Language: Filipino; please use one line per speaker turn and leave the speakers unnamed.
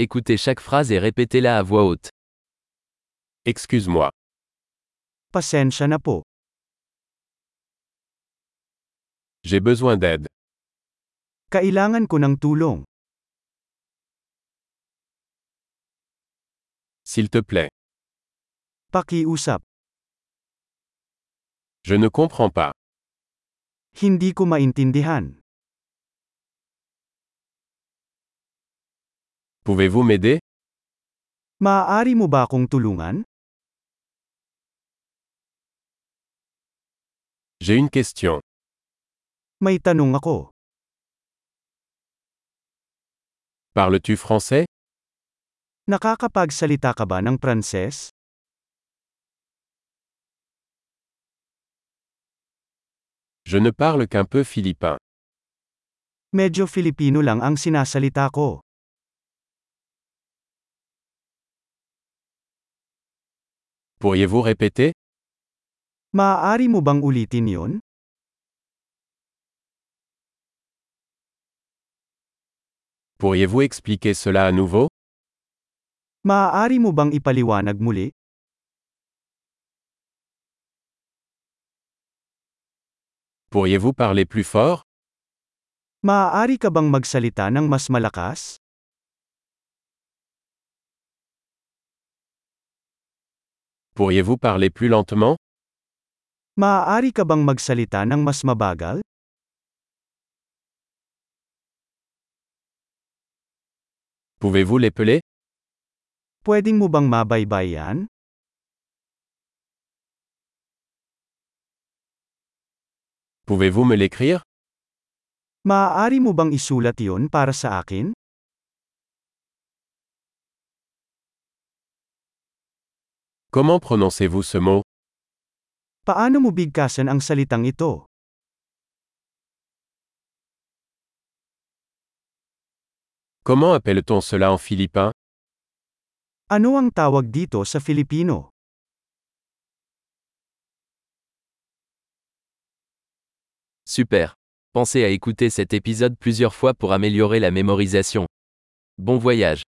Écoutez chaque phrase et répétez-la à voix haute.
Excuse-moi.
Pasensya na po.
J'ai besoin d'aide.
Kailangan ko ng tulong.
S'il te plaît.
Pakiusap.
Je ne comprends pas.
Hindi ko maintindihan.
Pouvez-vous m'aider
Maaari mo ba akong tulungan?
J'ai une question.
May tanong ako.
Parles-tu français
Nakakapagsalita ka ba ng Pranses?
Je ne parle qu'un peu philippin.
Medyo Filipino lang ang sinasalita ko.
Pourriez-vous répéter
Maaari mo bang ulitin yon?
Pourriez-vous expliquer cela à nouveau
Maaari mo bang ipaliwanag muli?
Pourriez-vous parler plus fort
Maaari ka bang magsalita ng mas malakas?
Pourriez-vous parler plus lentement
Maaari ka bang magsalita ng mas mabagal?
Pouvez-vous l'épeler
Pwedeng mo bang mabaybayan?
Pouvez-vous me l'écrire
Maaari mo bang isulat yon para sa akin?
Comment prononcez-vous ce mot
Paano mo bigkasan ang salitang ito?
Comment appelle-t-on cela en philippin
Ano ang tawag dito sa Filipino?
Super. Pensez à écouter cet épisode plusieurs fois pour améliorer la mémorisation. Bon voyage.